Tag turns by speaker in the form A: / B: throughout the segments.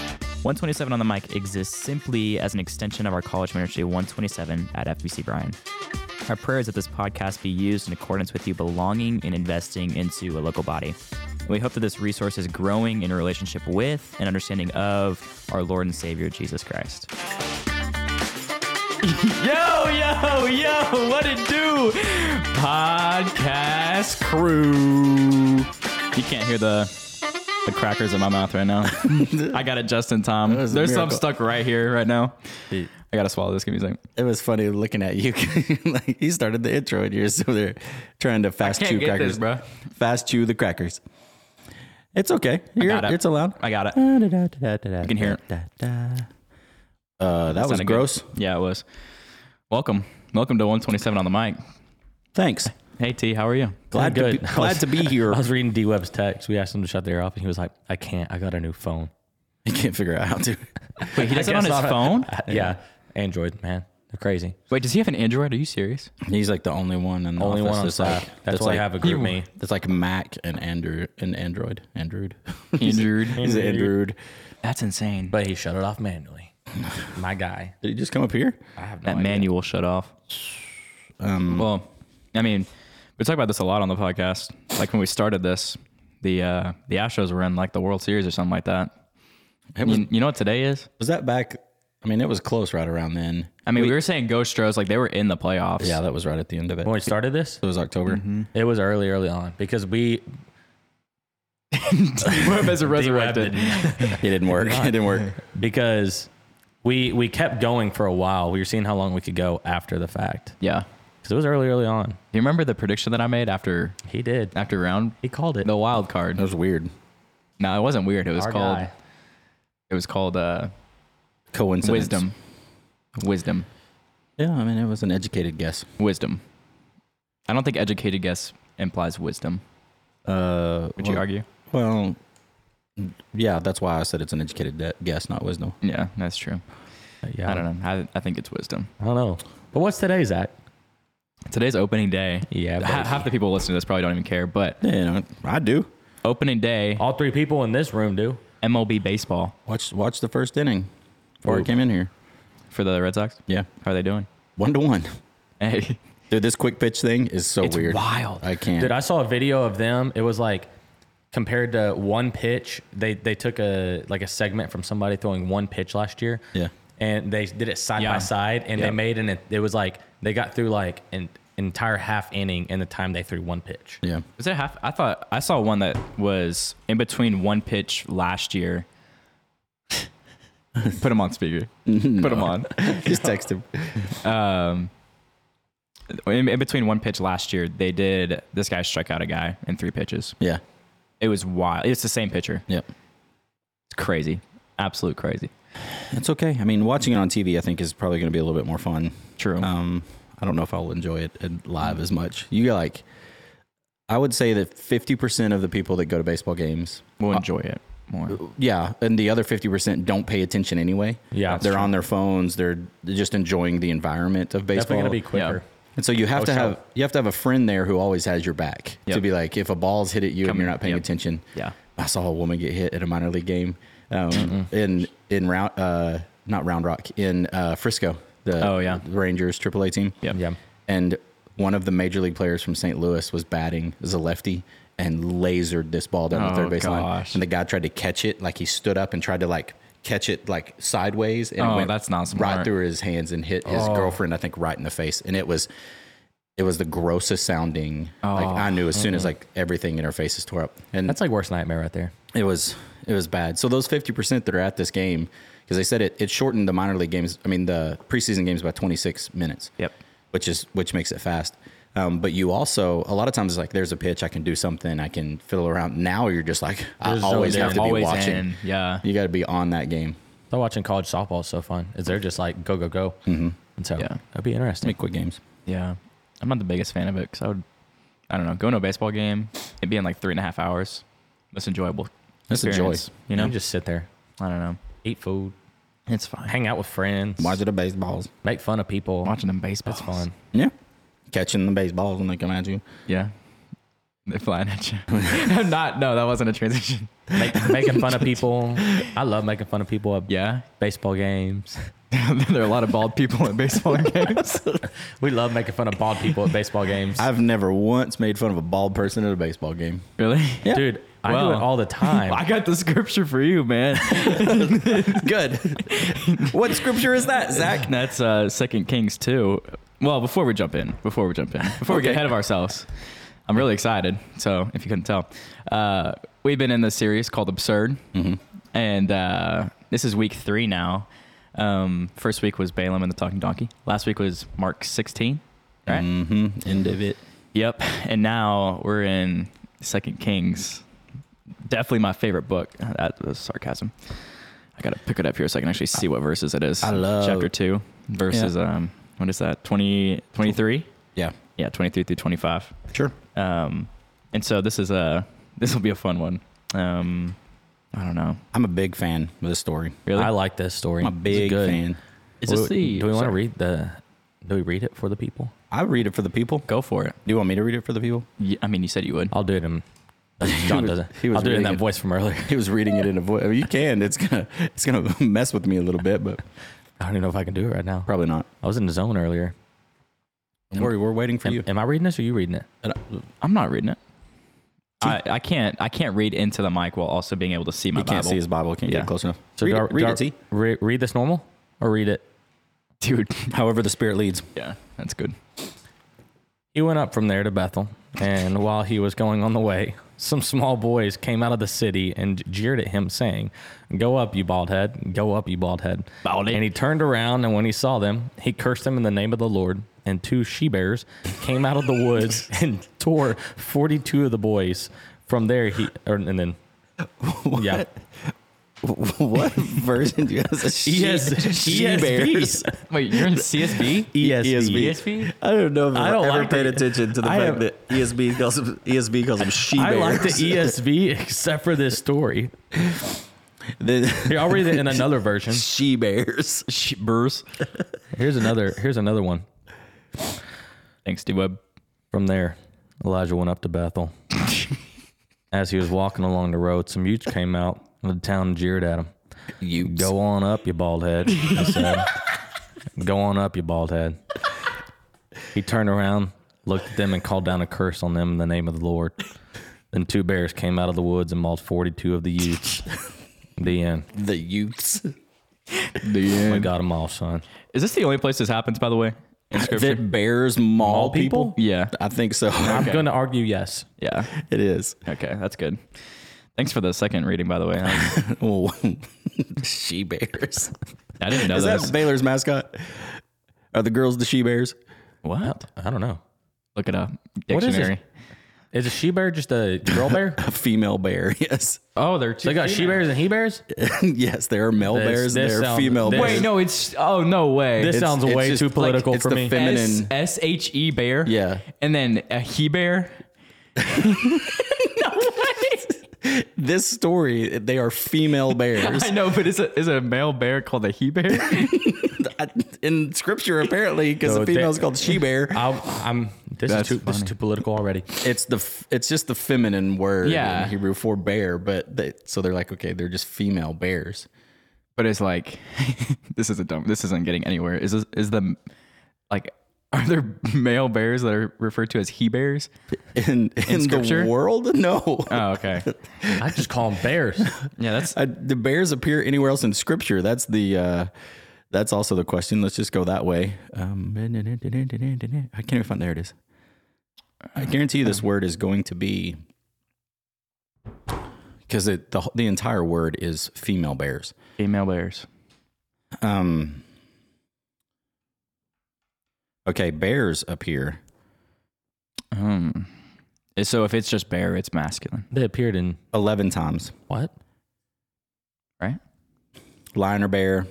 A: 127 on the Mic exists simply as an extension of our college ministry 127 at FBC Bryan. Our prayer is that this podcast be used in accordance with you belonging and investing into a local body. And we hope that this resource is growing in a relationship with and understanding of our Lord and Savior Jesus Christ. yo, yo, yo, what it do? Podcast crew. You can't hear the the crackers in my mouth right now. I got it just in time.
B: was a
A: There's some
B: miracle.
A: stuck right here right now. I gotta swallow this. Give me a second.
B: It was funny looking at you. like he started the intro and you're still there trying to fast
A: can't
B: chew
A: get
B: crackers,
A: this, bro.
B: Fast chew the crackers. It's okay. You're,
A: got it.
B: it's allowed.
A: I got it.
B: You
A: can hear it.
B: Uh, that was
A: Sounded good.
B: gross.
A: Yeah, it was. Welcome. Welcome to 127 on the mic.
B: Thanks.
A: Hey T, how are you?
B: Glad
C: I'm
B: to be,
C: good.
B: glad to be here.
C: I was reading D Web's text. We asked him to shut the air off, and he was like, "I can't. I got a new phone."
B: I can't figure out how to.
A: Wait, he does
C: I
A: it on
C: guess
A: his
C: not.
A: phone?
C: yeah, Android man, they're crazy.
A: Wait, does he have an Android? Are you serious?
B: He's like the only one
A: Oh,
B: in the
C: Only
B: office
C: one on
B: that's like
C: staff. that's why
B: like,
C: I have a group me.
B: That's like Mac and Andrew and Android. Android.
A: Android.
B: He's an Android.
A: That's insane. But
C: But he shut it off manually. My guy.
B: Did he just come up here?
C: I have no
A: that
C: idea.
A: manual shut off.
B: Um,
A: well, I mean, we talk about this a lot on the podcast. Like when we started this, the uh, the Astros were in like the World Series or something like that.
B: It was,
A: You, you know what today is?
B: was that back? I mean, it was close right around then.
A: I mean, we, were saying Ghost Stros, like they were in the playoffs.
B: Yeah, that was right at the end of it.
C: When we started this,
B: It was October.
C: it was early, early on because we
A: as a resurrected.
B: It didn't work. It didn't work.
C: because we we kept going for a while. We were seeing how long we could go after the fact
A: Yeah.
C: because it was early, early on.
A: Do you remember the prediction that I made after
C: He did.
A: after round
C: He called it.
A: the wild card?
B: That was weird.
A: No, it wasn't weird. It was
C: Our
A: called
C: guy.
A: it was called uh,
B: Coincidence.
A: wisdom, wisdom,
B: Yeah, I mean, it was an educated guess.
A: wisdom. I don't think educated guess implies wisdom.
B: Uh,
A: Would
B: well,
A: you argue?
B: Well, yeah, that's why I said it's an educated de- guess, not wisdom.
A: Yeah, that's true.
C: Yeah,
A: I don't know. I, I think it's wisdom.
C: I don't know. But what's today, Zach?
A: Today's opening day.
C: Yeah,
A: Ha-
C: baby.
A: half the people listening to this probably don't even care, but
B: Yeah, you know, I do.
A: opening day,
C: All three people in this room do.
A: MLB baseball
B: Watch, watch the first inning before I
C: Ooh.
B: came in here.
A: for the Red Sox.
B: Yeah,
A: How are they doing?
B: one to one.
A: Hey,
B: Dude, this quick pitch thing is so
A: it's
B: weird.
A: wild.
B: I can't.
C: Dude, I saw a video of them. It was like compared to one pitch, they they took a like a segment from somebody throwing one pitch last year.
B: Yeah.
C: And they did it side
A: Yeah.
C: by side and
A: Yeah.
C: they made an it was like they got through like an entire half inning in the time they threw one pitch.
B: yeah,
A: Was it half? I thought I saw one that was in between one pitch last year. Put him on speaker. Put him on.
B: just text him.
A: Um, In, in between one pitch last year, they did this guy struck out a guy in three pitches.
B: Yeah,
A: It was wild. It's the same pitcher.
B: yeah.
A: It's crazy. Absolute crazy.
B: It's okay. I mean, watching it on TV, I think, is probably going to be a little bit more fun.
A: True.
B: Um, I don't know if I'll enjoy it in- live as much. You like, I would say that fifty percent of the people that go to baseball games,
A: we'll enjoy it more.
B: yeah, and the other fifty percent don't pay attention anyway.
C: Yeah, that's
B: they're
C: true.
B: on their phones. They're just enjoying the environment of
C: Definitely
B: baseball.
C: gonna be quicker.
B: and so you have to
C: sure.
B: have you have to have a friend there who always has your back
A: Yep.
B: to be like, if a ball's hit at you
A: Come-
B: and you're not paying
A: yep.
B: attention.
A: Yeah.
B: I saw a woman get hit at a minor league game um, in in round uh, not Round Rock in uh, Frisco. The
A: Oh, yeah.
B: Rangers AAA team.
A: Yep.
C: Yeah.
B: And one of the major league players from St. Louis was batting as a lefty and lasered this ball down the
A: Oh,
B: third base line.
A: gosh.
B: And the guy tried to catch it, like he stood up and tried to like catch it like sideways and it
A: Oh,
B: went
A: that's not smart. Oh.
B: right through his hands and hit his girlfriend, I think, right in the face. And it was it was the grossest sounding.
A: Oh,
B: Like I knew as soon as like everything in her face is tore up. And
C: That's like worst nightmare right there.
B: it was it was bad. So those fifty percent that are at this game, because they said it it shortened the minor league games. I mean the preseason games by twenty six minutes.
A: Yep.
B: Which is which makes it fast. Um, but you also a lot of times it's like there's a pitch I can do something I can fiddle around. Now you're just like I
C: There's no
B: always
C: doubt.
B: have to be
A: Always
B: watching.
A: in. Yeah.
B: You got to be on that game.
C: So watching college softball is so fun. Is they're just like go go go. Mm-hmm. And so
A: Yeah.
C: that'd be interesting.
B: Make quick games.
A: Yeah. I'm not the biggest fan of it because I would, I don't know, going to a baseball game, it'd be in like three and a half hours. That's enjoyable.
B: That's a joy.
A: experience, You
C: You
A: know,
C: know, just sit there,
A: I don't know.
C: eat food,
A: It's fine.
C: hang out with friends,
B: Watch the baseballs.
C: make fun of people.
A: Watching them baseball.
C: That's fun.
B: Yeah. Catching the baseballs when they come at you.
A: Yeah. They're flying at you. I'm not. No, that wasn't a transition.
C: Make, making fun of people. I love making fun of people at
A: Yeah.
C: baseball games.
A: there are a lot of bald people at baseball games.
C: We love making fun of bald people at baseball games.
B: I've never once made fun of a bald person at a baseball game.
A: Really?
B: Yeah.
C: Dude, I do
A: Well.
C: it all the time.
A: I got the scripture for you, man.
B: Good. what scripture is that, Zach?
A: That's uh, Second Kings two. Well, before we jump in, before we jump in, before we get
B: Okay.
A: ahead of ourselves, I'm really excited. So if you couldn't tell, uh, we've been in this series called Absurd,
B: Mm-hmm.
A: and uh, this is week three now. Um, first week was Balaam and the Talking Donkey. Last week was Mark 16, right?
B: Mm-hmm. End of it.
A: Yep. And now we're in Second Kings. Definitely my favorite book. That was sarcasm. I gotta pick it up here so I can actually see what verses it is.
B: I love-
A: chapter two verses. Um, what is that? 20, 23?
B: Yeah.
A: Yeah, twenty three through twenty five.
B: Sure.
A: Um, and so this is a this will be a fun one. Um, I don't know.
B: I'm a big fan of this story.
A: Really?
C: I like this story.
B: I'm a
C: This is
B: big
C: good.
B: fan.
A: is this
C: Well,
A: the?
C: do we want to
A: sorry.
C: read the? Do we read it for the people?
B: I read it for the people.
A: Go for it.
B: Do you want me to read it for the people?
A: Y- I mean, you said you would.
C: I'll do it in. John
B: was-
C: does it.
B: he was
C: I'll do it in
B: really
C: that
B: good.
C: voice from earlier.
B: He was reading it in a voice. I mean, you can. It's gonna. It's gonna mess with me a little bit, but
C: I don't even know if I can do it right now.
B: probably not.
C: I was in the zone earlier.
B: Don't worry, we're waiting for
C: Am,
B: you.
C: am I reading this or you reading it?
A: I'm not reading it. I, I can't I can't read into the mic while also being able to see my
B: He can't
A: Bible.
B: see his Bible. Can't
A: Yeah.
B: get close enough.
C: So
B: read
C: do I-
B: it,
C: do
B: read
C: I
B: it, T.
C: re- read this normal or read it?
A: dude.
B: However, the Spirit leads.
A: Yeah, that's good.
C: He went up from there to Bethel, and while he was going on the way, some small boys came out of the city and jeered at him, saying, Go up, you bald head. Go up, you bald head.
A: Bald head.
C: And he turned around, and when he saw them, he cursed them in the name of the Lord. And two she bears came out of the woods and tore 42 of the boys. From there, he, or, and then, yeah.
B: what version do you have?
C: E
B: She, E she bears.
A: Wait, you're in CSB?
B: ESV.
A: ESV?
B: E I don't know if
C: I
B: I've
C: don't
B: ever
C: like
B: paid
C: it.
B: attention to the
C: I
B: fact
C: have-
B: that ESB calls them, ESB calls them she
C: I
B: bears.
C: like the ESV except for this story.
B: the
C: Here, I'll read it in another version.
B: she bears.
A: Bruce.
C: Here's another. Here's another one.
A: Thanks, D Web.
C: From there, Elijah went up to Bethel. As he was walking along the road, some youths came out of the town and jeered at him.
B: You
C: Go on up, you bald head, he said. Go on up, you bald head. He turned around, looked at them, and called down a curse on them in the name of the Lord. Then two bears came out of the woods and mauled 42 of the youths. the end.
B: the youths.
A: The
C: We got them all, son.
A: Is this the only place this happens, by the way? In scripture?
B: That bears maul
C: Maul people?
B: people?
A: yeah.
B: I think so.
C: I'm going to argue yes.
A: Yeah.
B: it is.
A: Okay, that's good. Thanks for the second reading, by the way. I,
B: Oh, she bears.
A: I didn't know
B: Is
A: this.
B: that Baylor's mascot? Are the girls the she bears?
A: what?
C: I don't know.
A: Look it up.
C: What is it?
A: Dictionary.
C: Is a she bear just a girl bear?
B: A female bear. Yes.
A: Oh, they're two.
C: They got she bears and he bears?
B: yes, there are male
C: This-
B: bears.
C: this
B: there are
C: sounds-
B: female
C: this-
B: bears.
A: Wait, no, it's. Oh, no way.
C: This
A: It's
C: sounds
B: it's
C: way
B: just
C: too
B: like-
C: political
B: it's
C: for
B: the
C: me.
B: fem- feminine-
A: S H E bear.
B: Yeah.
A: And then a he bear.
B: This story, they are female bears.
A: I know, but is a, is a male bear called a he bear?
B: In scripture, apparently, because
C: No,
B: the female's
C: they-
B: called she bear.
C: I'll, I'm. This is,
A: That's
C: too, this is
A: funny.
C: too political already.
B: It's the f- it's just the feminine word
A: Yeah.
B: in Hebrew for bear, but they, so they're like, okay, they're just female bears.
A: but it's like this is a dumb this isn't getting anywhere is this, is the like are there male bears that are referred to as he bears
B: In in,
A: scripture?
B: the world, no.
A: oh okay
C: I just call them bears.
A: yeah that's
B: I, the bears appear anywhere else in scripture. That's the uh, that's also the question. Let's just go that way. Um, I can't even find. There it is. I guarantee you, this word is going to be because the the entire word is female bears.
A: female bears
B: Um. Okay, bears appear.
A: um so if it's just bear it's masculine
C: They appeared in
B: 11 times.
C: what?
A: right
B: Lion or bear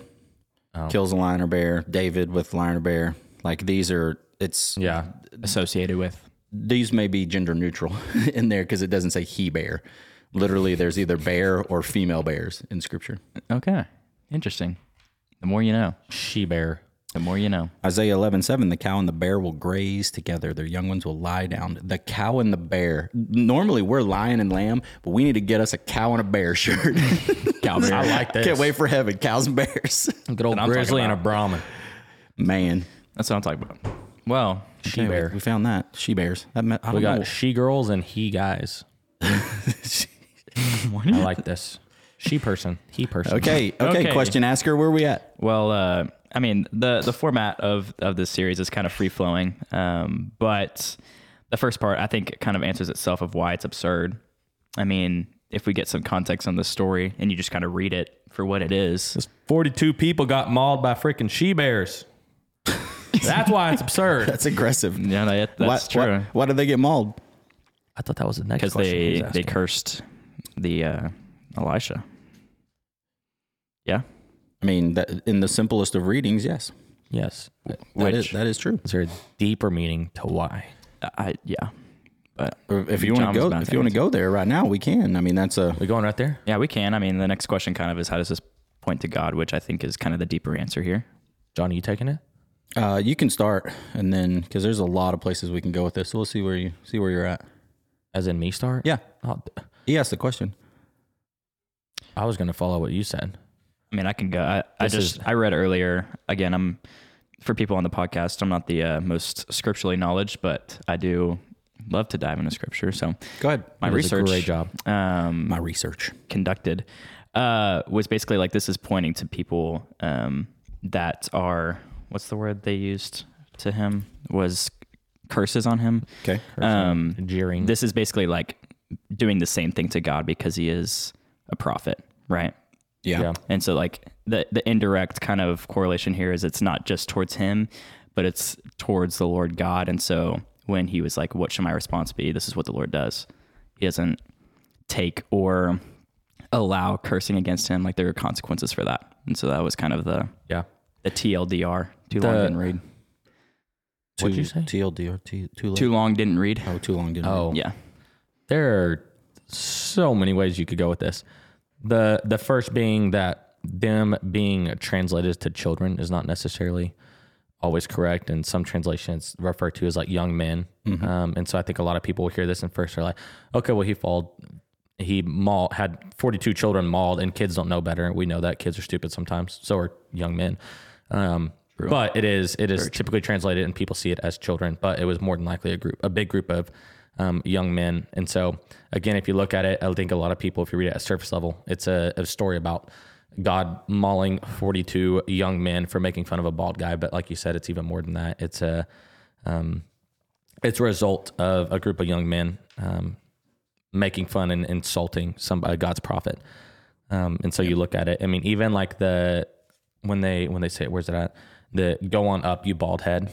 C: Oh.
B: kills a lion or bear. David with lion or bear. Like these are, it's,
C: Yeah,
A: associated with
B: these may be gender neutral in there because it doesn't say he bear. Literally, there's either bear or female bears in scripture.
A: okay interesting the more you know
C: she bear.
A: The more you know.
B: Isaiah eleven seven. the cow and the bear will graze together. Their young ones will lie down. The cow and the bear. Normally we're lion and lamb, but we need to get us a cow and a bear shirt.
C: Cow bear. I like this.
B: Can't wait for heaven. Cows and bears.
C: Good old
A: I'm talking
C: grizzly and a
A: about.
C: Brahmin.
B: Man.
A: That's what I'm talking about. Well,
C: She
B: Okay, we-
C: bear.
B: We found that. She bears. That meant, I
C: We
B: don't
C: got
B: know.
C: she girls and he guys. I like this. She person, he person.
B: Okay, okay.
A: Okay.
B: Question asker, where are we at?
A: well, uh, I mean the the format of of this series is kind of free flowing, um, but the first part I think kind of answers itself of why it's absurd. I mean, if we get some context on the story and you just kind of read it for what it is,
C: Just 42 people got mauled by freaking she bears. That's why it's absurd.
B: That's aggressive.
A: yeah, that,
B: Why-
A: that's
B: why,
A: true.
B: Why, did they get mauled?
C: I thought that was the next
A: because they they cursed the uh, Elisha. Yeah,
B: I mean, that, in the simplest of readings, yes,
C: yes.
B: that is
A: Which-
B: that is true.
C: Is there a deeper meaning to why?
A: I yeah, but
B: If you want
A: John
B: to
A: was
B: go,
A: about
B: if
A: to
B: you want to
A: answer.
B: go there right now, we can. I mean, that's a
C: We going right there?
A: yeah, we can. I mean, the next question kind of is how does this point to God, which I think is kind of the deeper answer here.
C: Johnny, you taking it?
B: uh, you can start, and then because there's a lot of places we can go with this. So we'll see where you see where you're at.
C: As in me start?
B: Yeah,
C: Oh, th-
B: he asked the question.
C: I was going to follow what you said.
A: I mean, I can go. I, I
C: This
A: just
C: is-
A: I read earlier. Again, I'm for people on the podcast. I'm not the uh, most scripturally knowledge, but I do love to dive into scripture. So
B: Go ahead.
A: my
C: You did a
A: research,
C: Great job.
A: um,
B: My research.
A: conducted uh, was basically like this is pointing to people um, that are what's the word they used to him was curses on him.
B: Okay.
A: Um,
C: Jeering.
A: this is basically like doing the same thing to God because he is a prophet, right?
B: Yeah.
C: Yeah.
A: And so like the the indirect kind of correlation here is it's not just towards him, but it's towards the Lord God. And so when he was like, "What should my response be?" This is what the Lord does. He doesn't take or allow cursing against him. Like there are consequences for that. And so that was kind of the
C: Yeah.
A: the TLDR. Too long
C: The-
A: didn't read.
C: What'd you
B: Too-
C: say?
B: TLDR. Too, too long.
A: Too long didn't read.
B: oh, too long. Didn't
C: Oh,
A: Yeah.
C: there are so many ways you could go with this. The the first being that them being translated to children is not necessarily always correct, and some translations refer to as like young men. Um, and so I think a lot of people will hear this and first are like, okay, well he followed, he mauled, had forty two children mauled, and kids don't know better. We know that kids are stupid sometimes, so are young men. Um, but it is it is typically translated and people see it as children, but it was more than likely a group, a big group of um, young men. And so, again, if you look at it, I think a lot of people, if you read it at surface level, it's a, a story about God mauling 42 young men for making fun of a bald guy. But like you said, it's even more than that. It's a, um, it's a result of a group of young men um, making fun and insulting somebody, God's prophet. Um, and so you look at it. I mean, even like the when they when they say it, where's it at? The go on up, you bald head.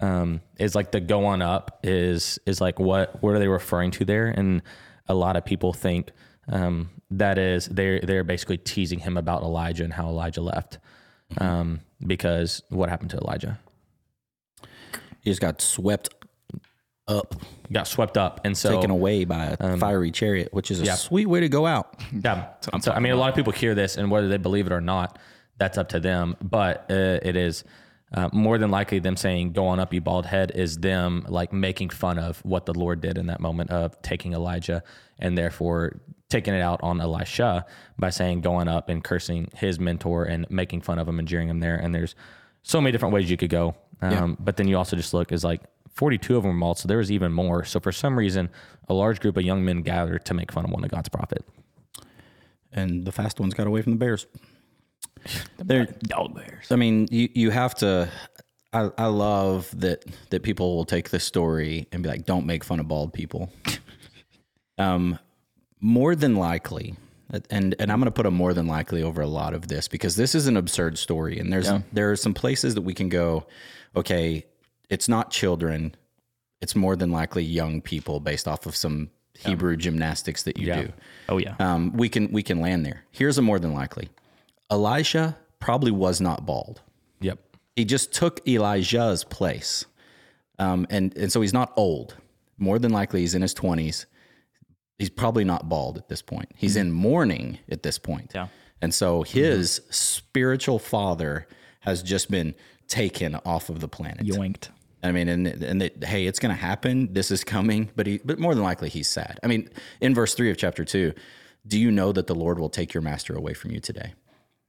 C: Um, is like the go on up is is like what what are they referring to there? And a lot of people think um, that is they're they're basically teasing him about Elijah and how Elijah left. Um, because what happened to Elijah?
B: He just got swept up,
C: He got swept up, and so
B: taken away by a fiery chariot, which is a sweet way to go out.
C: Yeah. So, I mean, a lot of people hear this, and whether they believe it or not, that's up to them. But uh, it is uh, more than likely them saying, go on up, you bald head, is them like making fun of what the Lord did in that moment of taking Elijah and therefore taking it out on Elisha by saying, going up and cursing his mentor and making fun of him and jeering him there. And there's so many different ways you could go. Um, But then you also just look is like 42 of them were mauled, so there was even more. So for some reason, a large group of young men gathered to make fun of one of God's prophet.
B: And the fast ones got away from the bears. There,
A: Dog bears.
B: I mean, you, you have to. I, I love that that people will take this story and be like, "Don't make fun of bald people." um, more than likely, and and I'm going to put a more than likely over a lot of this because this is an absurd story, and there's there are some places that we can go. Okay, it's not children; it's more than likely young people based off of some Hebrew gymnastics that you do
A: Oh yeah.
B: um, we can we can land there. Here's a more than likely. Elisha probably was not bald.
C: Yep.
B: He just took Elijah's place, um, and and so he's not old. More than likely, he's in his twenties. He's probably not bald at this point. He's in mourning at this point.
A: Yeah.
B: And so his spiritual father has just been taken off of the planet.
A: yoinked.
B: I mean, and and that hey, it's going to happen. This is coming. But he, but more than likely, he's sad. I mean, in verse three of chapter two, do you know that the Lord will take your master away from you today?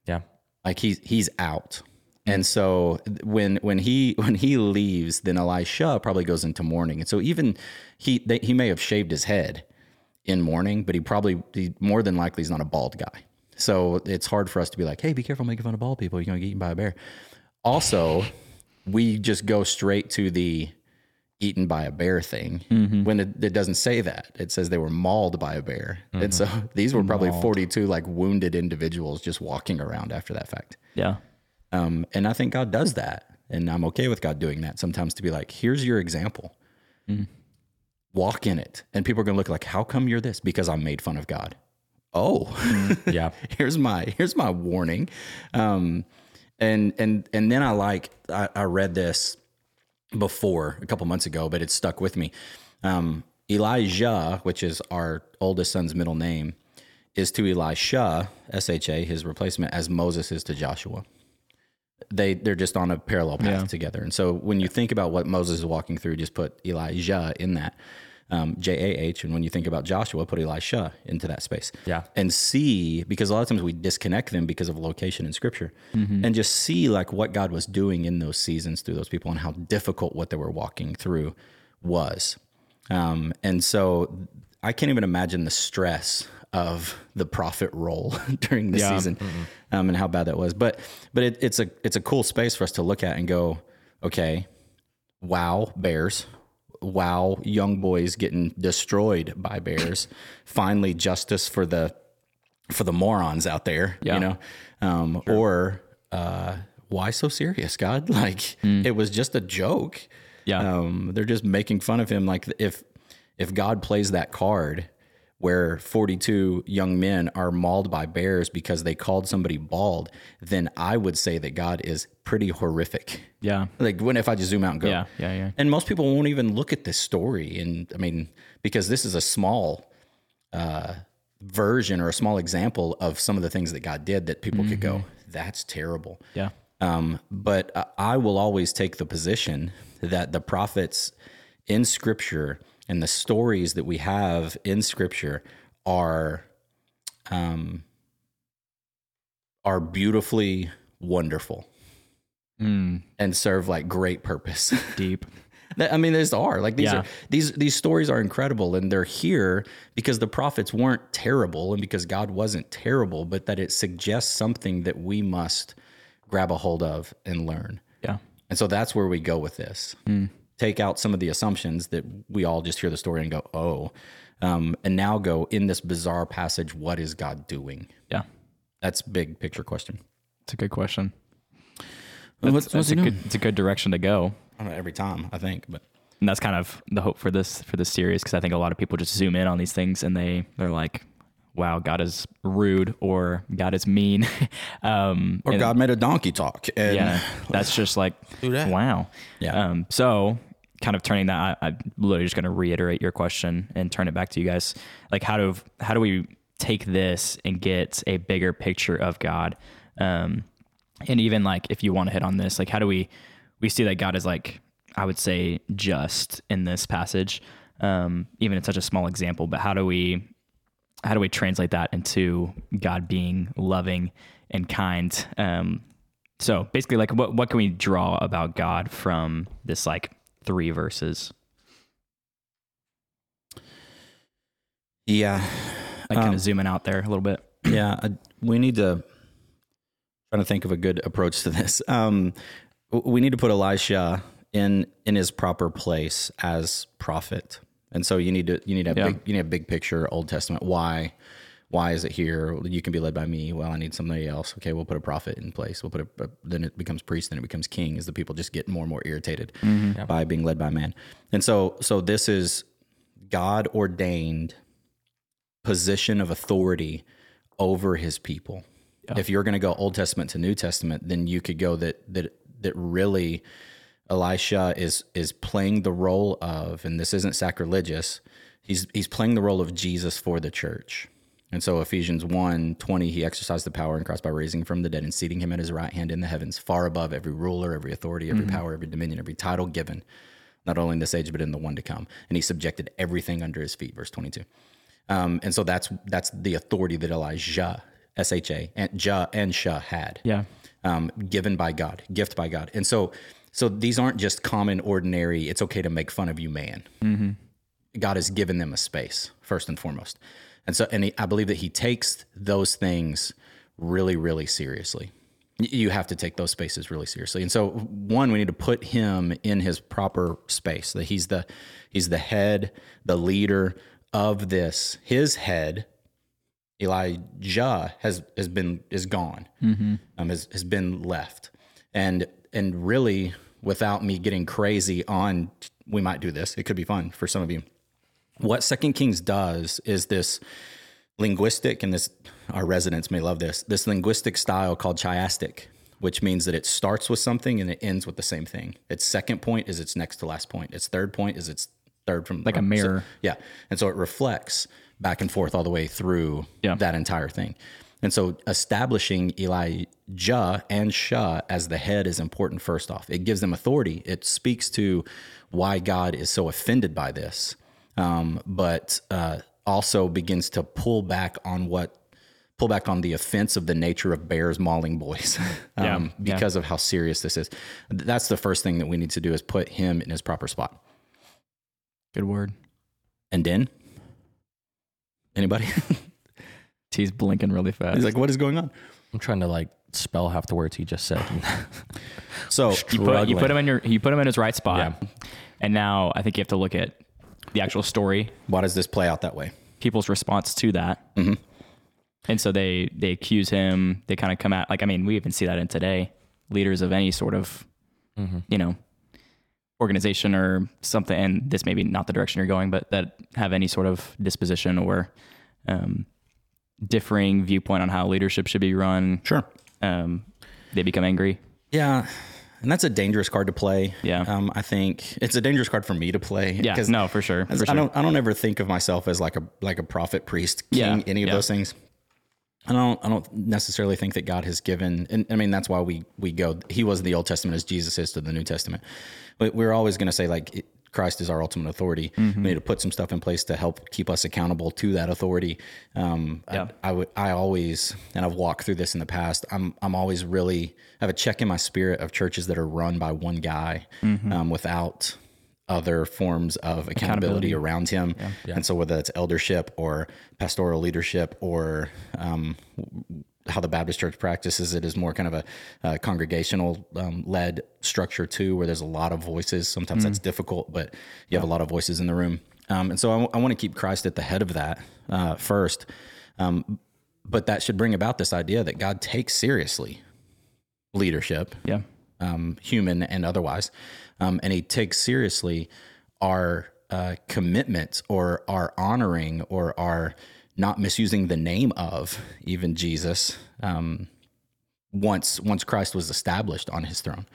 C: Yeah.
B: Like he's he's out. And so th- when when he when he leaves, then Elisha probably goes into mourning. And so even he they, he may have shaved his head in mourning, but he probably he more than likely is not a bald guy. So it's hard for us to be like, hey, be careful making fun of bald people. You're gonna get eaten by a bear. Also, we just go straight to the eaten by a bear thing when it, it doesn't say that. It says they were mauled by a bear. And so these were probably 42 like wounded individuals just walking around after that fact.
A: Yeah.
B: Um, and I think God does that. And I'm okay with God doing that sometimes to be like, here's your example. Walk in it. And people are going to look like, how come you're this? Because I made fun of God. Oh,
C: Yeah.
B: here's my here's my warning um and and and then i like i, I read this before a couple months ago but it stuck with me um elijah which is our oldest son's middle name is to elisha sha his replacement as moses is to joshua they they're just on a parallel path together and so when you think about what moses is walking through just put elijah in that um, j-a-h and when you think about joshua put elisha into that space
C: Yeah.
B: and see because a lot of times we disconnect them because of location in scripture and just see like what God was doing in those seasons through those people and how difficult what they were walking through was. Um, and so I can't even imagine the stress of the prophet role during this season um, and how bad that was. But but it, it's a it's a cool space for us to look at and go, okay, wow bears wow young boys getting destroyed by bears finally justice for the for the morons out there
A: Yeah.
B: you know um, or uh, why so serious god like it was just a joke
A: Mm. Yeah.
B: um, they're just making fun of him like if if god plays that card where 42 young men are mauled by bears because they called somebody bald then i would say that god is pretty horrific
A: Yeah.
B: like when if I just zoom out and go,
A: Yeah, yeah, yeah.
B: And most people won't even look at this story, and I mean because this is a small uh, version or a small example of some of the things that God did that people could go,
A: Mm-hmm.
B: that's terrible.
A: Yeah.
B: Um, but I- I will always take the position that the prophets in Scripture and the stories that we have in Scripture are um, are beautifully wonderful
A: Mm,
B: and serve like great purpose.
A: deep.
B: That- I mean, these are like these
A: Yeah.
B: are these these stories are incredible, and they're here because the prophets weren't terrible, and because God wasn't terrible, but that it suggests something that we must grab a hold of and learn.
A: Yeah.
B: And so that's where we go with this. Take out some of the assumptions that we all just hear the story and go, oh, um, and now go in this bizarre passage. What is God doing?
A: Yeah.
B: That's big picture question.
A: It's a good question.
B: Well,
A: That's, that's a good, it's a good direction to go.
B: I don't know, every time I think, but
A: and that's kind of the hope for this for this series because I think a lot of people just zoom in on these things and they they're like, "Wow, God is rude" or "God is mean," um,
B: or
A: and-
B: God made a donkey talk. And
A: yeah, that's just like wow.
B: Yeah.
A: Um, so kind of turning that, I, I'm literally just going to reiterate your question and turn it back to you guys. Like how do how do we take this and get a bigger picture of God? Um, and even like if you want to hit on this, like how do we we see that God is like I would say just in this passage, um, even in such a small example. But how do we how do we translate that into God being loving and kind? Um, so basically, like, what what can we draw about God from this like three verses?
B: yeah.
A: Like, kind
B: Um,
A: of zooming out there a little bit.
B: yeah I, we need to trying to think of a good approach to this um w- we need to put elisha in in his proper place as prophet and so you need to you need a
A: Yeah.
B: big you need a big picture old testament why why is it here you can be led by me well i need somebody else okay we'll put a prophet in place we'll put a, a- then it becomes priest then it becomes king as the people just get more and more irritated by being led by man and so so this is god ordained position of authority over his people. If you're going to go Old Testament to New Testament, then you could go that that that really Elisha is is playing the role of and this isn't sacrilegious. He's he's playing the role of Jesus for the church. And so Ephesians 1 20, he exercised the power in Christ by raising him from the dead and seating him at his right hand in the heavens, far above every ruler, every authority, every power, every dominion, every title given, not only in this age, but in the one to come. And he subjected everything under his feet, verse 22. Um, and so that's that's the authority that Elijah, S H A, and Jah and Shah had
A: Yeah.
B: um, given by God, gift by God. And so, so these aren't just common, ordinary. It's okay to make fun of you, man. God has given them a space first and foremost, and so, and he, I believe that He takes those things really, really seriously. Y- You have to take those spaces really seriously. And so, one, we need to put Him in His proper space. That He's the He's the head, the leader of this. His head, Elijah has has been is gone, um, has has been left, and and really without me getting crazy on, we might do this. It could be fun for some of you. What Second Kings does is this linguistic, and this our residents may love this. This linguistic style called chiastic, which means that it starts with something and it ends with the same thing. Its second point is its next to last point. Its third point is its third from uh,
A: Like a mirror.
B: yeah. And so it reflects back and forth all the way through
A: Yeah.
B: that entire thing. And so establishing Elijah and Shah as the head is important first off. It gives them authority. It speaks to why God is so offended by this, um, but uh, also begins to pull back on what pull back on the offense of the nature of bears mauling boys
A: Yeah.
B: um,
A: Yeah.
B: because of how serious this is. That's the first thing that we need to do is put him in his proper spot.
A: Good word.
B: And then anybody?
A: T's blinking really fast.
B: He's like, what is going on?
C: I'm trying to like spell half the words he just said.
B: So
A: you put, you put
C: struggling.
A: him in your you put him in his right spot, and now I think you have to look at the actual story,
B: why does this play out that way?
A: people's response to that, and so they they accuse him. They kind of come at like I mean we even see that in today leaders of any sort of you know organization or something. And this may be not the direction you're going, but that have any sort of disposition or um, differing viewpoint on how leadership should be run.
B: Sure.
A: Um, they become angry.
B: Yeah. And that's a dangerous card to play.
A: Yeah.
B: Um, I think it's a dangerous card for me to play.
A: Yeah, no, for sure. For
B: I
A: sure.
B: don't I don't ever think of myself as like a like a prophet, priest, king,
A: Yeah,
B: any of
A: yeah.
B: those things. I don't I don't necessarily think that God has given and I mean that's why we we go he was the Old Testament as Jesus is to the New Testament. But we're always going to say like it, Christ is our ultimate authority. We need to put some stuff in place to help keep us accountable to that authority. Um I-
A: Yeah.
B: I would I always and I've walked through this in the past. I'm I'm always really I have a check in my spirit of churches that are run by one guy um, without other forms of accountability, around him. And so whether that's eldership or pastoral leadership or um, how the Baptist church practices it is more kind of a, uh congregational um, led structure too, where there's a lot of voices. Sometimes that's difficult, but you have a lot of voices in the room. Um, and so I want to keep Christ at the head of that uh, first. Um, but that should bring about this idea that God takes seriously leadership
A: Yeah.
B: um, human and otherwise. Um, and he takes seriously our uh, commitments or our honoring or our not misusing the name of even Jesus um, once once Christ was established on his throne.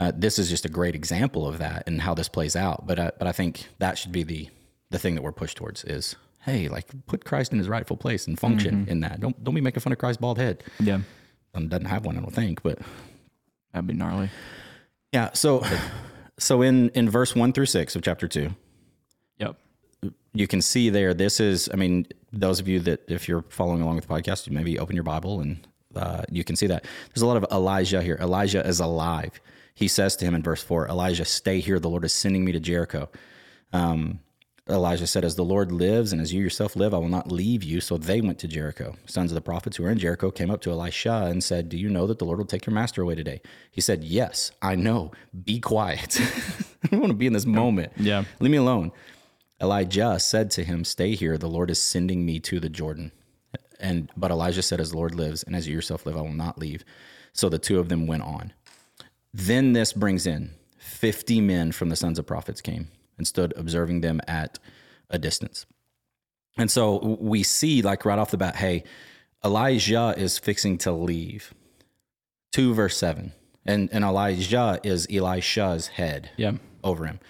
B: Uh, this is just a great example of that and how this plays out. But I, but I think that should be the the thing that we're pushed towards is hey like put Christ in his rightful place and function in that. Don't don't be making fun of Christ's bald head.
A: Yeah.
B: Um, doesn't have one I don't think, but
A: That'd be gnarly.
B: yeah. So, so in in verse one through six of chapter two,
A: Yep.
B: you can see there. This is, I mean, those of you that if you're following along with the podcast, you maybe open your Bible and uh, you can see that there's a lot of Elijah here. Elijah is alive. He says to him in verse four, Elijah, stay here. The Lord is sending me to Jericho. Elijah said, As the Lord lives and as you yourself live, I will not leave you. So they went to Jericho. Sons of the prophets who were in Jericho came up to Elisha and said, Do you know that the Lord will take your master away today? He said, Yes, I know. Be quiet. I don't want to be in this moment.
A: Yeah.
B: Leave me alone. Elijah said to him, Stay here. The Lord is sending me to the Jordan. And but Elijah said, As the Lord lives and as you yourself live, I will not leave. So the two of them went on. Then this brings in 50 men from the sons of prophets came and stood observing them at a distance. And so we see, like right off the bat, hey, Elijah is fixing to leave. 2 verse 7. And, and Elijah is Elisha's head
A: Yeah.
B: over him.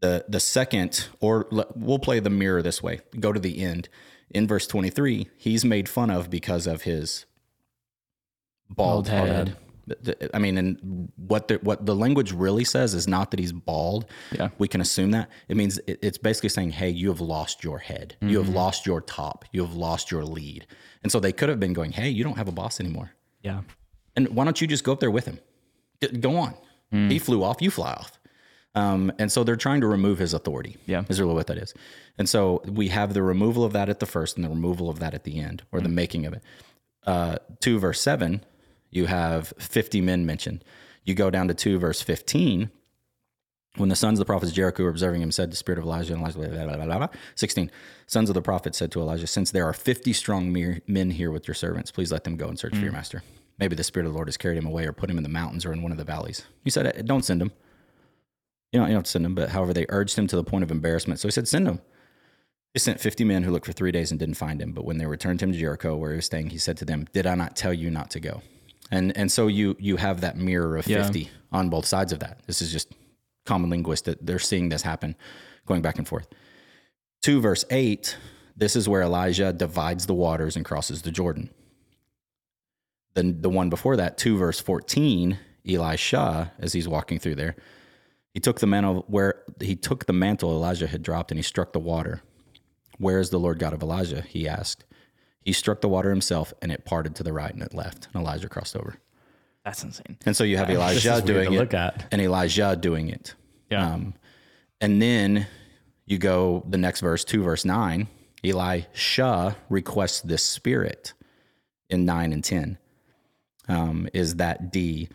B: The the second, or l- we'll play the mirror this way. Go to the end. in verse 23, he's made fun of because of his bald,
C: Bald head.
B: head. Th- th- I mean, and what the, what the language really says is not that he's bald.
C: Yeah.
B: We can assume that. It means it, it's basically saying, hey, you have lost your head. You
C: Mm-hmm.
B: have lost your top. You have lost your lead. And so they could have been going, hey, you don't have a boss anymore.
A: Yeah.
B: And why don't you just go up there with him? G- Go on. He flew off, you fly off. Um, and so they're trying to remove his authority.
A: Yeah.
B: Is really what that is. And so we have the removal of that at the first and the removal of that at the end or the making of it. Uh, 2 verse 7, you have 50 men mentioned. You go down to 2 verse 15, when the sons of the prophets Jericho were observing him, said the spirit of Elijah and Elijah. Blah, blah, blah, blah, blah. Sixteen sons of the prophet said to Elijah, "Since there are fifty strong mere- men here with your servants, please let them go and search for your master. Maybe the spirit of the Lord has carried him away, or put him in the mountains or in one of the valleys." He said, "Eh, "Don't send him. You don't, you don't have to send him." But however, they urged him to the point of embarrassment, so he said, "Send him." They sent fifty men who looked for three days and didn't find him. But when they returned him to Jericho, where he was staying, he said to them, "Did I not tell you not to go?" And and so you you have that mirror of
C: Yeah.
B: fifty on both sides of that. This is just common linguist that they're seeing this happen going back and forth. 2 verse 8, this is where Elijah divides the waters and crosses the Jordan. Then the one before that, 2 verse 14, Elisha as he's walking through there, he took the mantle where he took the mantle Elijah had dropped and he struck the water. Where is the Lord God of Elijah? he asked. He struck the water himself and it parted to the right and it left and Elijah crossed over.
A: That's insane.
B: And so you have
C: is
B: Elijah
C: weird
B: doing
C: to
B: it
C: look at.
B: and Elijah doing it.
A: Yeah.
B: Um, and then you go the next verse, 2 verse 9. Elisha requests this spirit in 9 and 10. Um, is that D?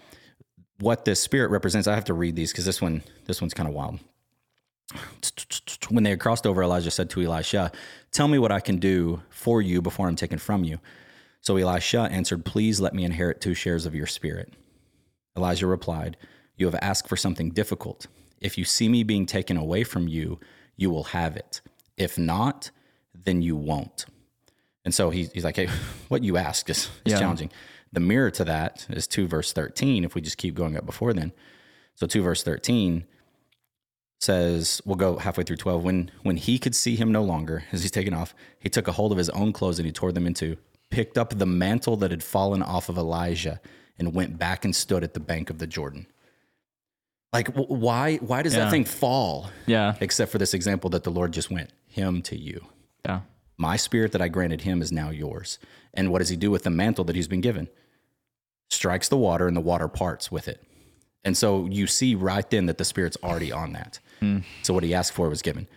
B: What this spirit represents, I have to read these because this one, this one's kind of wild. When they had crossed over, Elijah said to Elisha, Tell me what I can do for you before I'm taken from you. So Elisha answered, Please let me inherit two shares of your spirit. Elijah replied, You have asked for something difficult. If you see me being taken away from you, you will have it. If not, then you won't. And so he, he's like, Hey, what you ask is, is challenging. The mirror to that is 2 verse 13, if we just keep going up before then. So 2 verse 13 says, We'll go halfway through 12. When, when he could see him no longer, as he's taken off, he took a hold of his own clothes and he tore them in two, picked up the mantle that had fallen off of Elijah, and went back and stood at the bank of the Jordan. Like, wh- why, why does that
A: Yeah.
B: thing fall?
A: Yeah.
B: Except for this example that the Lord just went, Him to you.
A: Yeah.
B: My spirit that I granted him is now yours. And what does he do with the mantle that he's been given? Strikes the water, and the water parts with it. And so you see right then that the spirit's already on that. So what he asked for was given.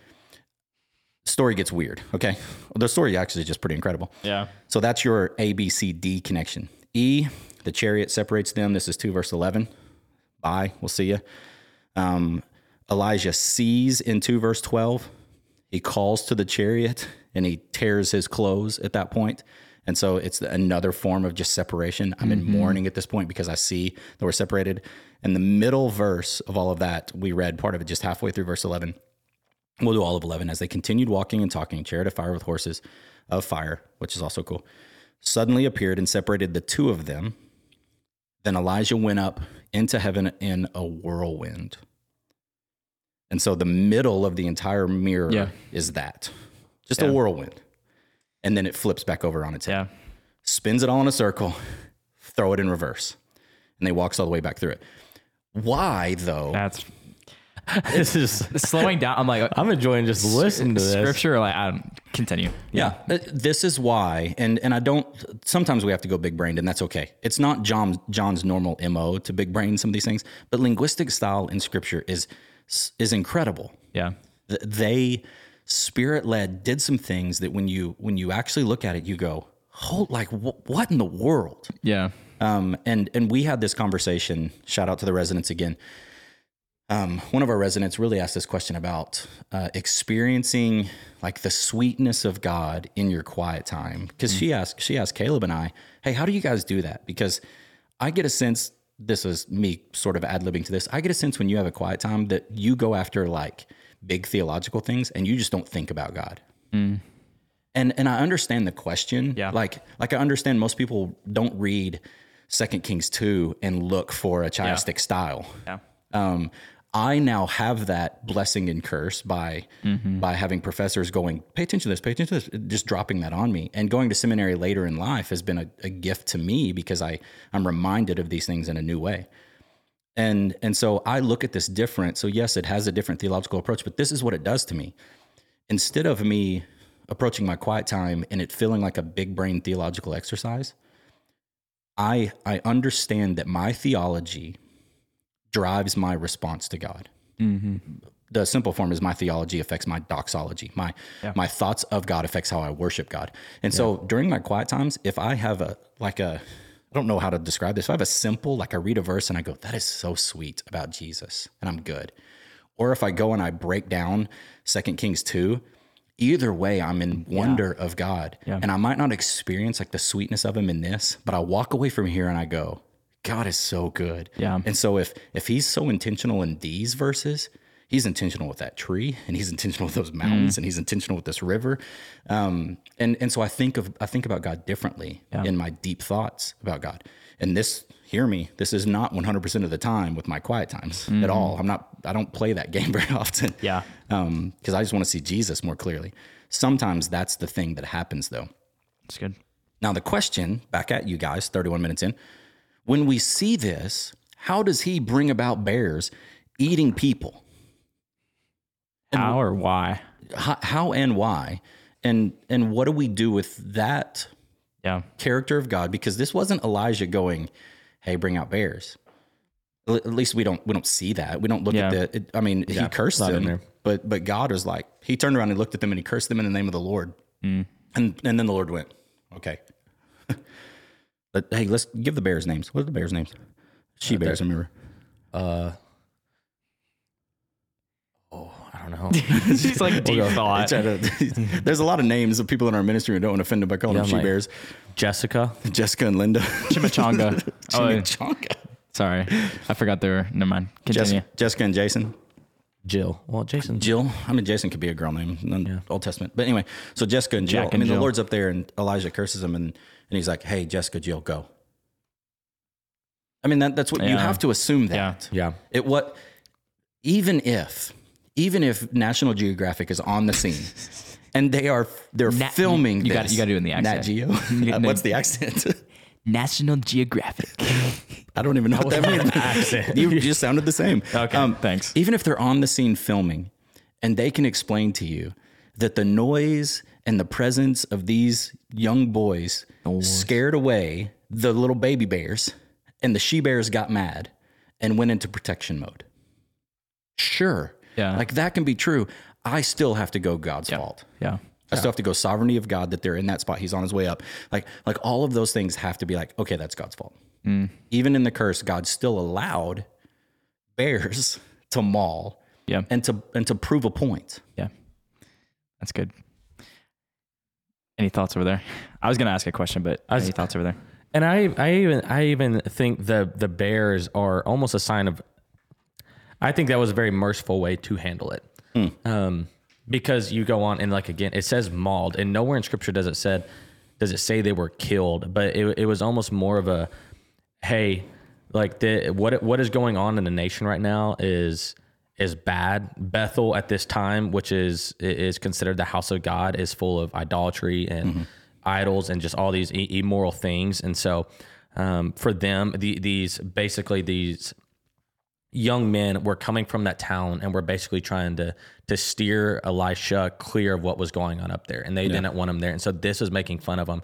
B: Story gets weird, okay? The story actually is just pretty incredible.
A: Yeah.
B: So that's your A, B, C, D connection. E, the chariot separates them. This is 2 verse 11. Bye. We'll see you. Um, Elijah sees in 2 verse 12. He calls to the chariot and he tears his clothes at that point. And so it's another form of just separation. I'm in mourning at this point because I see that we're separated. And the middle verse of all of that, we read part of it just halfway through verse 11. We'll do all of 11. As they continued walking and talking, a chariot of fire with horses of fire, which is also cool, suddenly appeared and separated the two of them. Then Elijah went up into heaven in a whirlwind. And so the middle of the entire mirror
A: Yeah.
B: is that just
A: Yeah.
B: a whirlwind. And then it flips back over on its head,
A: Yeah.
B: spins it all in a circle, throw it in reverse. And they walks all the way back through it. Why though?
A: That's
C: This is.
A: slowing down. I'm like,
C: I'm enjoying just listening to this.
A: scripture. Like, I don't continue.
B: Yeah. th- This is why, and and I don't. Sometimes we have to go big brained, and that's okay. It's not John John's normal mo to big brain some of these things, but linguistic style in scripture is is incredible.
A: Yeah.
B: Th- They spirit led did some things that when you when you actually look at it, you go, hold like wh- what in the world?
A: Yeah.
B: Um, and and we had this conversation. Shout out to the residents again. Um, one of our residents really asked this question about uh, experiencing like the sweetness of God in your quiet time. Because she asked she asked Caleb and I, "Hey, how do you guys do that?" Because I get a sense this is me sort of ad libbing to this. I get a sense when you have a quiet time that you go after like big theological things and you just don't think about God and and I understand the question.
A: Yeah.
B: Like like I understand most people don't read Second Kings two and look for a chiastic style.
A: Yeah.
B: Um, I now have that blessing and curse by by having professors going, pay attention to this, pay attention to this, just dropping that on me. And going to seminary later in life has been a, a gift to me because I I'm reminded of these things in a new way. And and so I look at this different. So yes, it has a different theological approach, but this is what it does to me. Instead of me approaching my quiet time and it feeling like a big brain theological exercise, I I understand that my theology drives my response to God. The simple form is my theology affects my doxology. My my thoughts of God affects how I worship God. And so during my quiet times, if I have a like a I don't know how to describe this. If I have a simple like I read a verse and I go, that is so sweet about Jesus, and I'm good. Or if I go and I break down Second Kings 2, either way I'm in wonder of God. And I might not experience like the sweetness of him in this, but I walk away from here and I go, God is so good.
A: Yeah.
B: And so if if he's so intentional in these verses, he's intentional with that tree, and he's intentional with those mountains, and he's intentional with this river. Um, and and so I think of I think about God differently in my deep thoughts about God. And this, hear me, this is not 100% of the time with my quiet times at all. I'm not I don't play that game very often.
A: Yeah.
B: Um, because I just want to see Jesus more clearly. Sometimes that's the thing that happens though.
A: It's good.
B: Now, the question back at you guys, 31 minutes in, when we see this, how does he bring about bears eating people?
A: How or why?
B: How, how and why? And and what do we do with that
A: Yeah.
B: character of God? Because this wasn't Elijah going, "Hey, bring out bears." L- at least we don't we don't see that. We don't look at
A: Yeah.
B: the. It, I mean, he cursed
C: not in
B: them,
C: there.
B: but but God was like, he turned around and looked at them and he cursed them in the name of the Lord,
C: Mm.
B: and and then the Lord went, "Okay." but hey, let's give the bears names. What are the bears names? She bears, remember?
C: Uh, oh, I don't know.
A: She's like deep thought.
B: Try to- there's a lot of names of people in our ministry who don't offend them by calling
C: Yeah,
B: them
C: I'm
B: she
C: like-
B: bears.
C: Jessica.
B: Jessica and Linda.
A: Chimichanga. oh,
B: Chimichanga.
A: sorry. I forgot they were. Never mind.
B: Jess-
A: Continue.
B: Jessica and Jason.
C: Jill. Well, Jason.
B: Jill. I mean, Jason could be a girl name in the Old Testament. But anyway, so Jessica and Jill.
A: Jack
B: I mean,
A: and
B: the
A: Jill.
B: Lord's up there and Elijah curses him and, and he's like, hey, Jessica, Jill, go. I mean, that, that's what you
A: Yeah.
B: have to assume
A: Yeah.
B: that.
C: Yeah.
B: It what even if even if National Geographic is on the scene and they are they're
A: Nat-
B: filming
A: you
B: this.
A: gotta- you gotta do it in the
B: Nat
A: accent.
B: Geo.
A: Yeah, no.
B: What's the accent?
A: National Geographic.
B: I don't even know what that means. accent. You just sounded the same. Um,
A: Okay, thanks.
B: Even if they're on the scene filming and they can explain to you that the noise and the presence of these young boys scared away the little baby bears and the she bears got mad and went into protection mode. Sure.
A: Yeah.
B: Like that can be true. I still have to go God's fault.
A: yeah.
B: I still have to go sovereignty of God that they're in that spot. He's on his way up. Like like all of those things have to be like, okay, that's God's fault. Even in the curse, God still allowed bears to maul
A: Yeah.
B: and to and to prove a point.
A: Yeah. That's good. Any thoughts over there? I was going to ask a question, but
C: was-
A: any thoughts over there?
C: And I, I even, I even think the the bears are almost a sign of. I think that was a very merciful way to handle it, um, because you go on and like again, it says mauled, and nowhere in scripture does it said, does it say they were killed, but it, it was almost more of a, hey, like the what what is going on in the nation right now is is bad. Bethel at this time, which is is considered the house of God, is full of idolatry and idols and just all these i- immoral things. And so, um, for them, the, these basically these young men were coming from that town and were basically trying to to steer Elisha clear of what was going on up there, and they didn't want him there, and so this was making fun of him.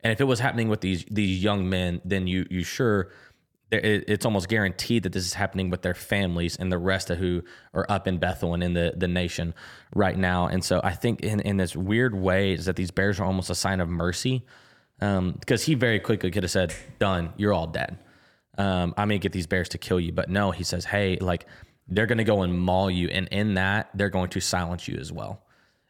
C: And if it was happening with these these young men, then you you sure there- it, it's almost guaranteed that this is happening with their families and the rest of who are up in Bethel and in the the nation right now. And so I think in in this weird way is that these bears are almost a sign of mercy, um, because he very quickly could have said, "Done, you're all dead." um, I may get these bears to kill you. But no, he says, hey, like they're going to go and maul you. And in that, they're going to silence you as well.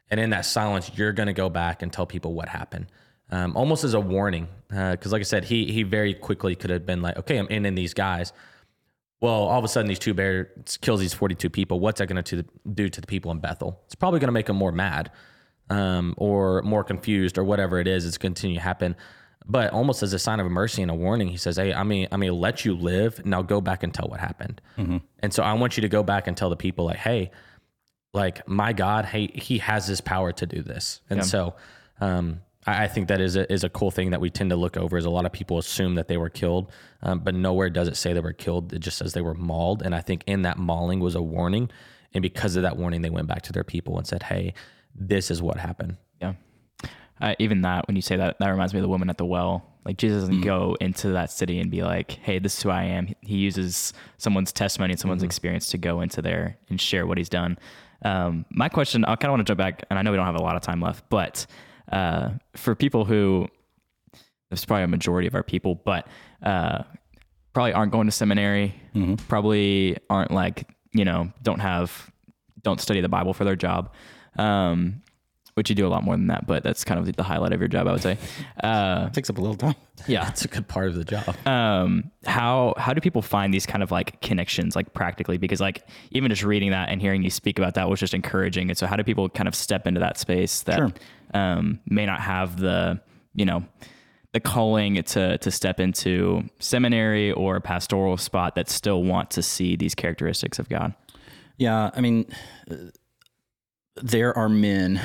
C: And in that silence, you're going to go back and tell people what happened. Um, almost as a warning. Because, like I said, he, he very quickly could have been like, okay, I'm in, in these guys. Well, all of a sudden, these two bears kills these 42 people. What's that going to do to the people in Bethel? It's probably going to make them more mad um, or more confused or whatever it is. It's going to continue to happen. But almost as a sign of mercy and a warning, he says, "Hey, I mean, I mean, let you live. Now go back and tell what happened." And so I want you to go back and tell the people, like, "Hey, like my God, hey, He has this power to do this." And so, um, I, I think that is a, is a cool thing that we tend to look over. Is a lot of people assume that they were killed, um, but nowhere does it say they were killed. It just says they were mauled, and I think in that mauling was a warning, and because of that warning, they went back to their people and said, "Hey, this is what happened."
A: Yeah. Uh, even that, when you say that, that reminds me of the woman at the well. Like Jesus doesn't go into that city and be like, "Hey, this is who I am." He uses someone's testimony and someone's experience to go into there and share what he's done. Um, my question, I kind of want to jump back, and I know we don't have a lot of time left, but uh, for people who, there's probably a majority of our people, but uh, probably aren't going to seminary, probably aren't like you know don't have don't study the Bible for their job. Um, which you do a lot more than that, but that's kind of the highlight of your job, I would say. Uh,
B: Takes up a little time.
A: yeah.
C: That's a good part of the job.
A: Um, how how do people find these kind of like connections, like practically? Because like even just reading that and hearing you speak about that was just encouraging. And so, how do people kind of step into that space that
B: Sure.
A: um, may not have the you know the calling to to step into seminary or a pastoral spot that still want to see these characteristics of God?
B: Yeah, I mean, uh, there are men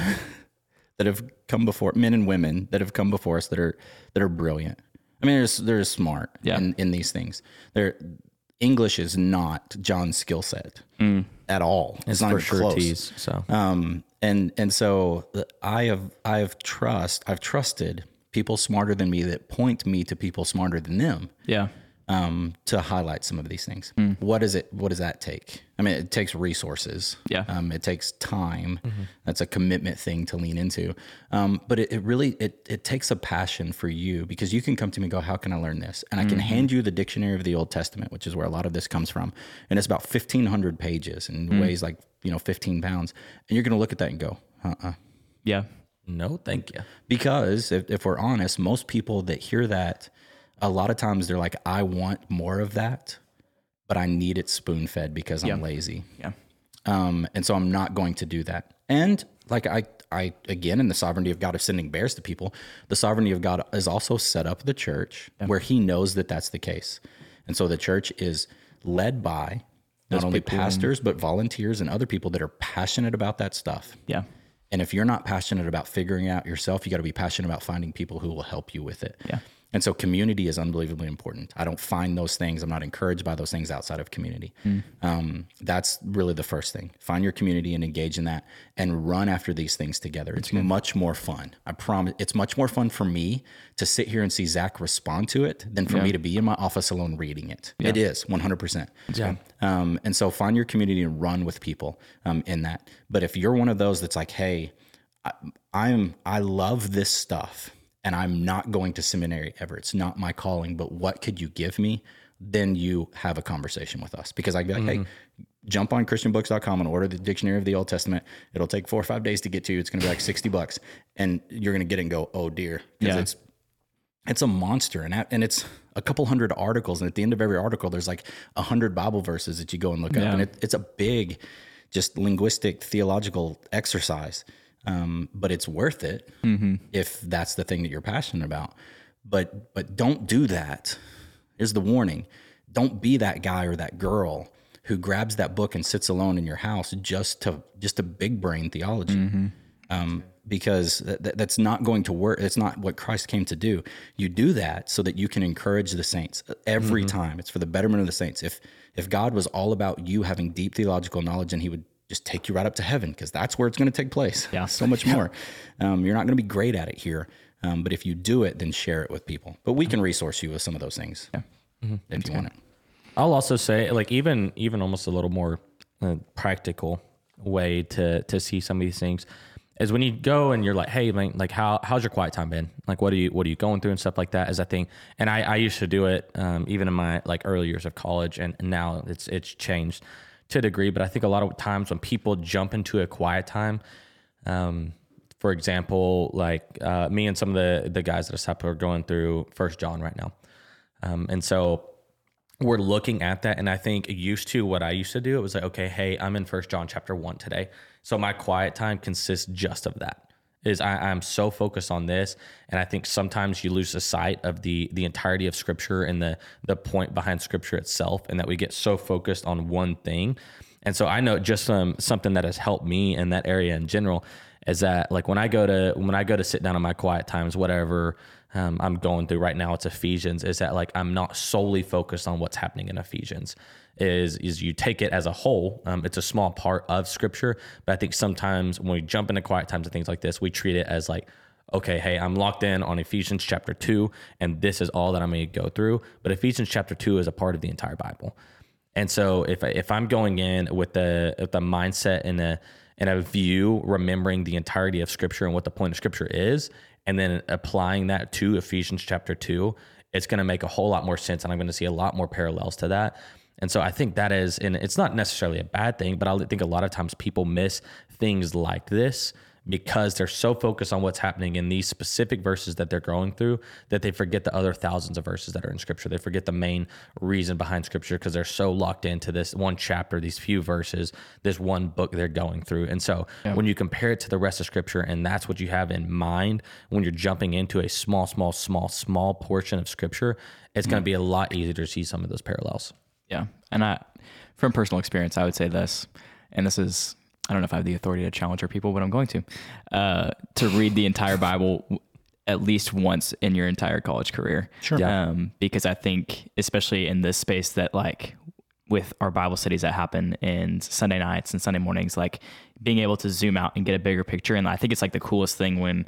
B: that have come before men and women that have come before us that are that are brilliant. I mean, they're they're smart
A: Yeah.
B: in, in these things. They're English is not John's skill set at all. Hmm. It's, not even
C: sure
B: close.
C: tease. So
B: Um, and and so the- I have I have trust I've trusted people smarter than me that point me to people smarter than them
A: Yeah,
B: um, to highlight some of these things. What is it? What does that take? I mean, it takes resources.
A: Yeah.
B: Um, it takes time. That's a commitment thing to lean into. Um, but it, it really it it takes a passion for you because you can come to me and go, how can I learn this? And I can hand you the dictionary of the Old Testament, which is where a lot of this comes from, and it's about fifteen hundred pages and weighs like you know fifteen pounds, and you're gonna look at that and go, uh-uh.
A: yeah,
C: no, thank you.
B: Because if, if we're honest, most people that hear that, a lot of times they're like, I want more of that, but I need it spoon fed because I'm lazy.
A: yeah,
B: Um, and so I'm not going to do that. And like I, I again, in the sovereignty of God of sending bears to people, the sovereignty of God is also set up the church where He knows that that's the case, and so the church is led by not only pastors but volunteers and other people that are passionate about that stuff.
A: yeah,
B: And if you're not passionate about figuring it out yourself, you got to be passionate about finding people who will help you with it.
A: Yeah.
B: And so community is unbelievably important. I don't find those things. I'm not encouraged by those things outside of community. Um, that's really the first thing. Find your community and engage in that and run after these things together. It's much more fun. I promise. It's much more fun for me to sit here and see Zach respond to it than for me to be in my office alone reading it. It is 100%.
C: Yeah.
B: Um, and so find your community and run with people um, in that. But if you're one of those that's like, hey, I, I'm I love this stuff, and I'm not going to seminary ever. It's not my calling. But what could you give me? Then you have a conversation with us because I'd be like, hey, jump on christianbooks.com and order the dictionary of the Old Testament. It'll take four or five days to get to you. It's going to be like sixty bucks, and you're going to get it and go, oh dear, because
A: Yeah.
B: it's it's a monster and at, and it's a couple hundred articles and at the end of every article there's like a hundred bible verses that you go and look up and it, it's a big just linguistic theological exercise um, but it's worth it if that's the thing that you're passionate about but but don't do that is the warning don't be that guy or that girl who grabs that book and sits alone in your house just to just a big brain theology um, because th- th- that's not going to work. It's not what Christ came to do. You do that so that you can encourage the saints uh, every
A: Mm-hmm.
B: time. It's for the betterment of the saints. If if God was all about you having deep theological knowledge, and He would just take you right up to heaven because that's where it's going to take place.
A: Yeah.
B: so much more. Um, you're not going to be great at it here, um, but if you do it, then share it with people. But we can resource you with some of those things if
A: Mm-hmm.
B: you want it.
C: I'll also say, like even even almost a little more uh, practical way to to see some of these things is when you go and you're like, hey man, like how how's your quiet time been? Like what are you what are you going through and stuff like that is I think, and I I used to do it um, even in my like early years of college, and now it's it's changed to a degree, but I think a lot of times when people jump into a quiet time, um, for example, like uh, me and some of the the guys that I sat with are going through First John right now, um, and so we're looking at that and i think used to what i used to do it was like okay hey i'm in first john chapter 1 today so my quiet time consists just of that is I, I'm so focused on this, and I think sometimes you lose the sight of the the entirety of Scripture and the the point behind Scripture itself, and that we get so focused on one thing. And so I know just um, something that has helped me in that area in general is that like when I go to when I go to sit down in my quiet times, whatever um, I'm going through right now, it's Ephesians. Is that like I'm not solely focused on what's happening in Ephesians. Is is you take it as a whole? Um, it's a small part of Scripture, but I think sometimes when we jump into quiet times and things like this, we treat it as like okay, hey, I'm locked in on Ephesians chapter two, and this is all that I'm going to go through. But Ephesians chapter two is a part of the entire Bible. And so if if I'm going in with the with the mindset and a and a view, remembering the entirety of Scripture and what the point of Scripture is, and then applying that to Ephesians chapter two, it's going to make a whole lot more sense, and I'm going to see a lot more parallels to that. And so I think that is, and it's not necessarily a bad thing, but I think a lot of times people miss things like this because they're so focused on what's happening in these specific verses that they're going through that they forget the other thousands of verses that are in scripture. They forget the main reason behind scripture because they're so locked into this one chapter, these few verses, this one book they're going through. And so when you compare it to the rest of scripture and that's what you have in mind when you're jumping into a small, small, small, small portion of scripture, it's
A: Mm.
C: going to be a lot easier to see some of those parallels.
A: Yeah. And I, from personal experience, I would say this, and this is, I don't know if I have the authority to challenge our people, but I'm going to, uh, to read the entire Bible w- at least once in your entire college career. Sure. Um, because I think, especially in this space that like with our Bible studies that happen and Sunday nights and Sunday mornings, like being able to zoom out and get a bigger picture. And I think it's like the coolest thing when,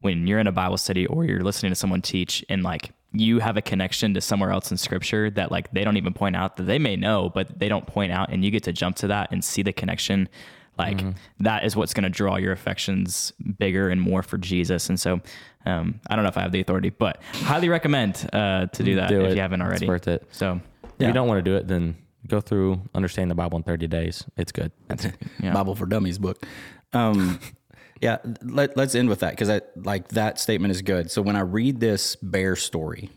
A: when you're in a Bible study or you're listening to someone teach and like you have a connection to somewhere else in scripture that like they don't even point out that they may know, but they don't point out and you get to jump to that and see the connection. Like
C: Mm-hmm.
A: that is what's going to draw your affections bigger and more for Jesus. And so, um, I don't know if I have the authority, but highly recommend, uh, to do that
C: Mm, Do
A: if
C: it.
A: you haven't
C: It's
A: already.
C: worth it.
A: So
C: If you don't want to do it, then go through understand the Bible in 30 days. It's good.
A: Yeah.
B: Bible for Dummies book. Um, yeah, let, let's end with that because I like that statement is good. So when I read this bear story,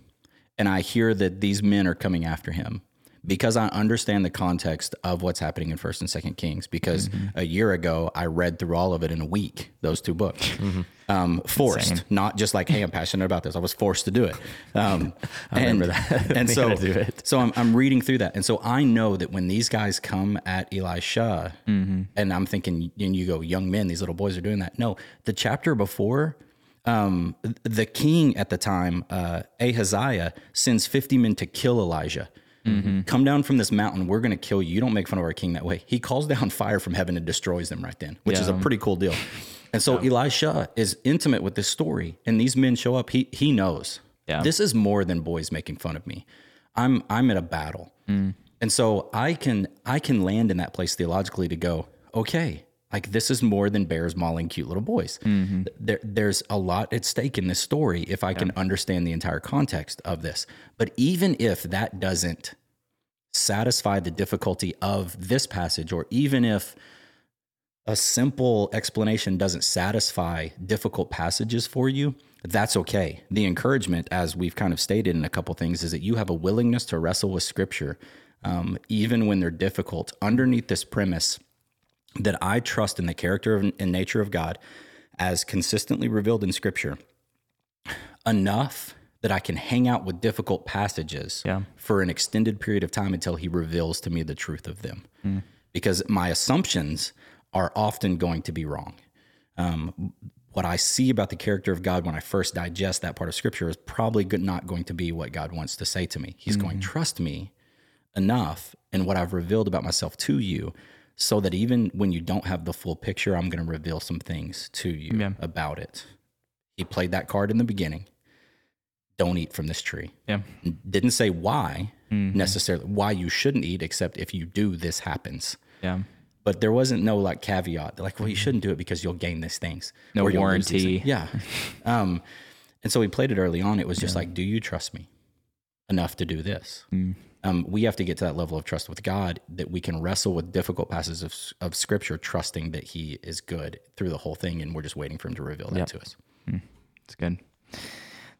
B: and I hear that these men are coming after him because I understand the context of what's happening in First and Second Kings. Because a year ago, I read through all of it in a week. Those two books, um, forced, not just like, hey, I'm passionate about this. I was forced to do it. Um, and, and so, so I'm, I'm reading through that, and so I know that when these guys come at Elisha, and I'm thinking, and you go, young men, these little boys are doing that. No, the chapter before um, th- the king at the time, uh, Ahaziah, sends 50 men to kill Elijah. Come down from this mountain. We're going to kill you. You don't make fun of our king that way. He calls down fire from heaven and destroys them right then, which is a pretty cool deal. And so Elisha is intimate with this story, and these men show up. He he knows
A: Yeah.
B: this is more than boys making fun of me. I'm I'm in a battle, and so I can I can land in that place theologically to go okay. Like this is more than bears mauling cute little boys. There, there's a lot at stake in this story if I can understand the entire context of this. But even if that doesn't satisfy the difficulty of this passage, or even if a simple explanation doesn't satisfy difficult passages for you, that's okay. The encouragement, as we've kind of stated in a couple things, is that you have a willingness to wrestle with scripture, um, even when they're difficult, underneath this premise that I trust in the character of- and nature of God as consistently revealed in scripture enough that I can hang out with difficult passages
A: Yeah.
B: for an extended period of time until he reveals to me the truth of them. Because my assumptions are often going to be wrong. Um, what I see about the character of God when I first digest that part of scripture is probably good, not going to be what God wants to say to me. He's going, trust me enough in what I've revealed about myself to you so that even when you don't have the full picture, I'm going to reveal some things to you
A: Yeah.
B: about it. He played that card in the beginning. Don't eat from this tree.
A: yeah.
B: Didn't say why necessarily, why you shouldn't eat, except if you do, this happens.
A: Yeah.
B: But there wasn't no like caveat, like, well, you shouldn't do it because you'll gain these things.
A: Mm-hmm. No
B: or you'll lose these
A: warranty.
B: things. Yeah. um, and so we played it early on. It was just like, do you trust me enough to do this?
A: Mm.
B: Um, we have to get to that level of trust with God that we can wrestle with difficult passages of, of scripture, trusting that He is good through the whole thing. And we're just waiting for Him to reveal that to us.
A: It's good.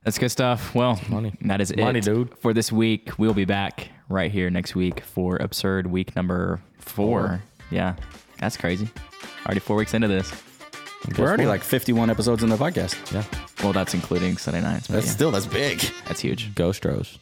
A: That's good stuff. Well,
C: money.
A: that is
C: Money,
A: it
C: dude.
A: for this week. We'll be back right here next week for absurd week number four. Yeah, that's crazy. Already four weeks into this.
B: We're already like 51 episodes in the podcast.
A: Yeah. Well, that's including Sunday nights. But
B: That's
A: yeah,
B: still that's big.
A: that's huge.
C: Ghost Rose.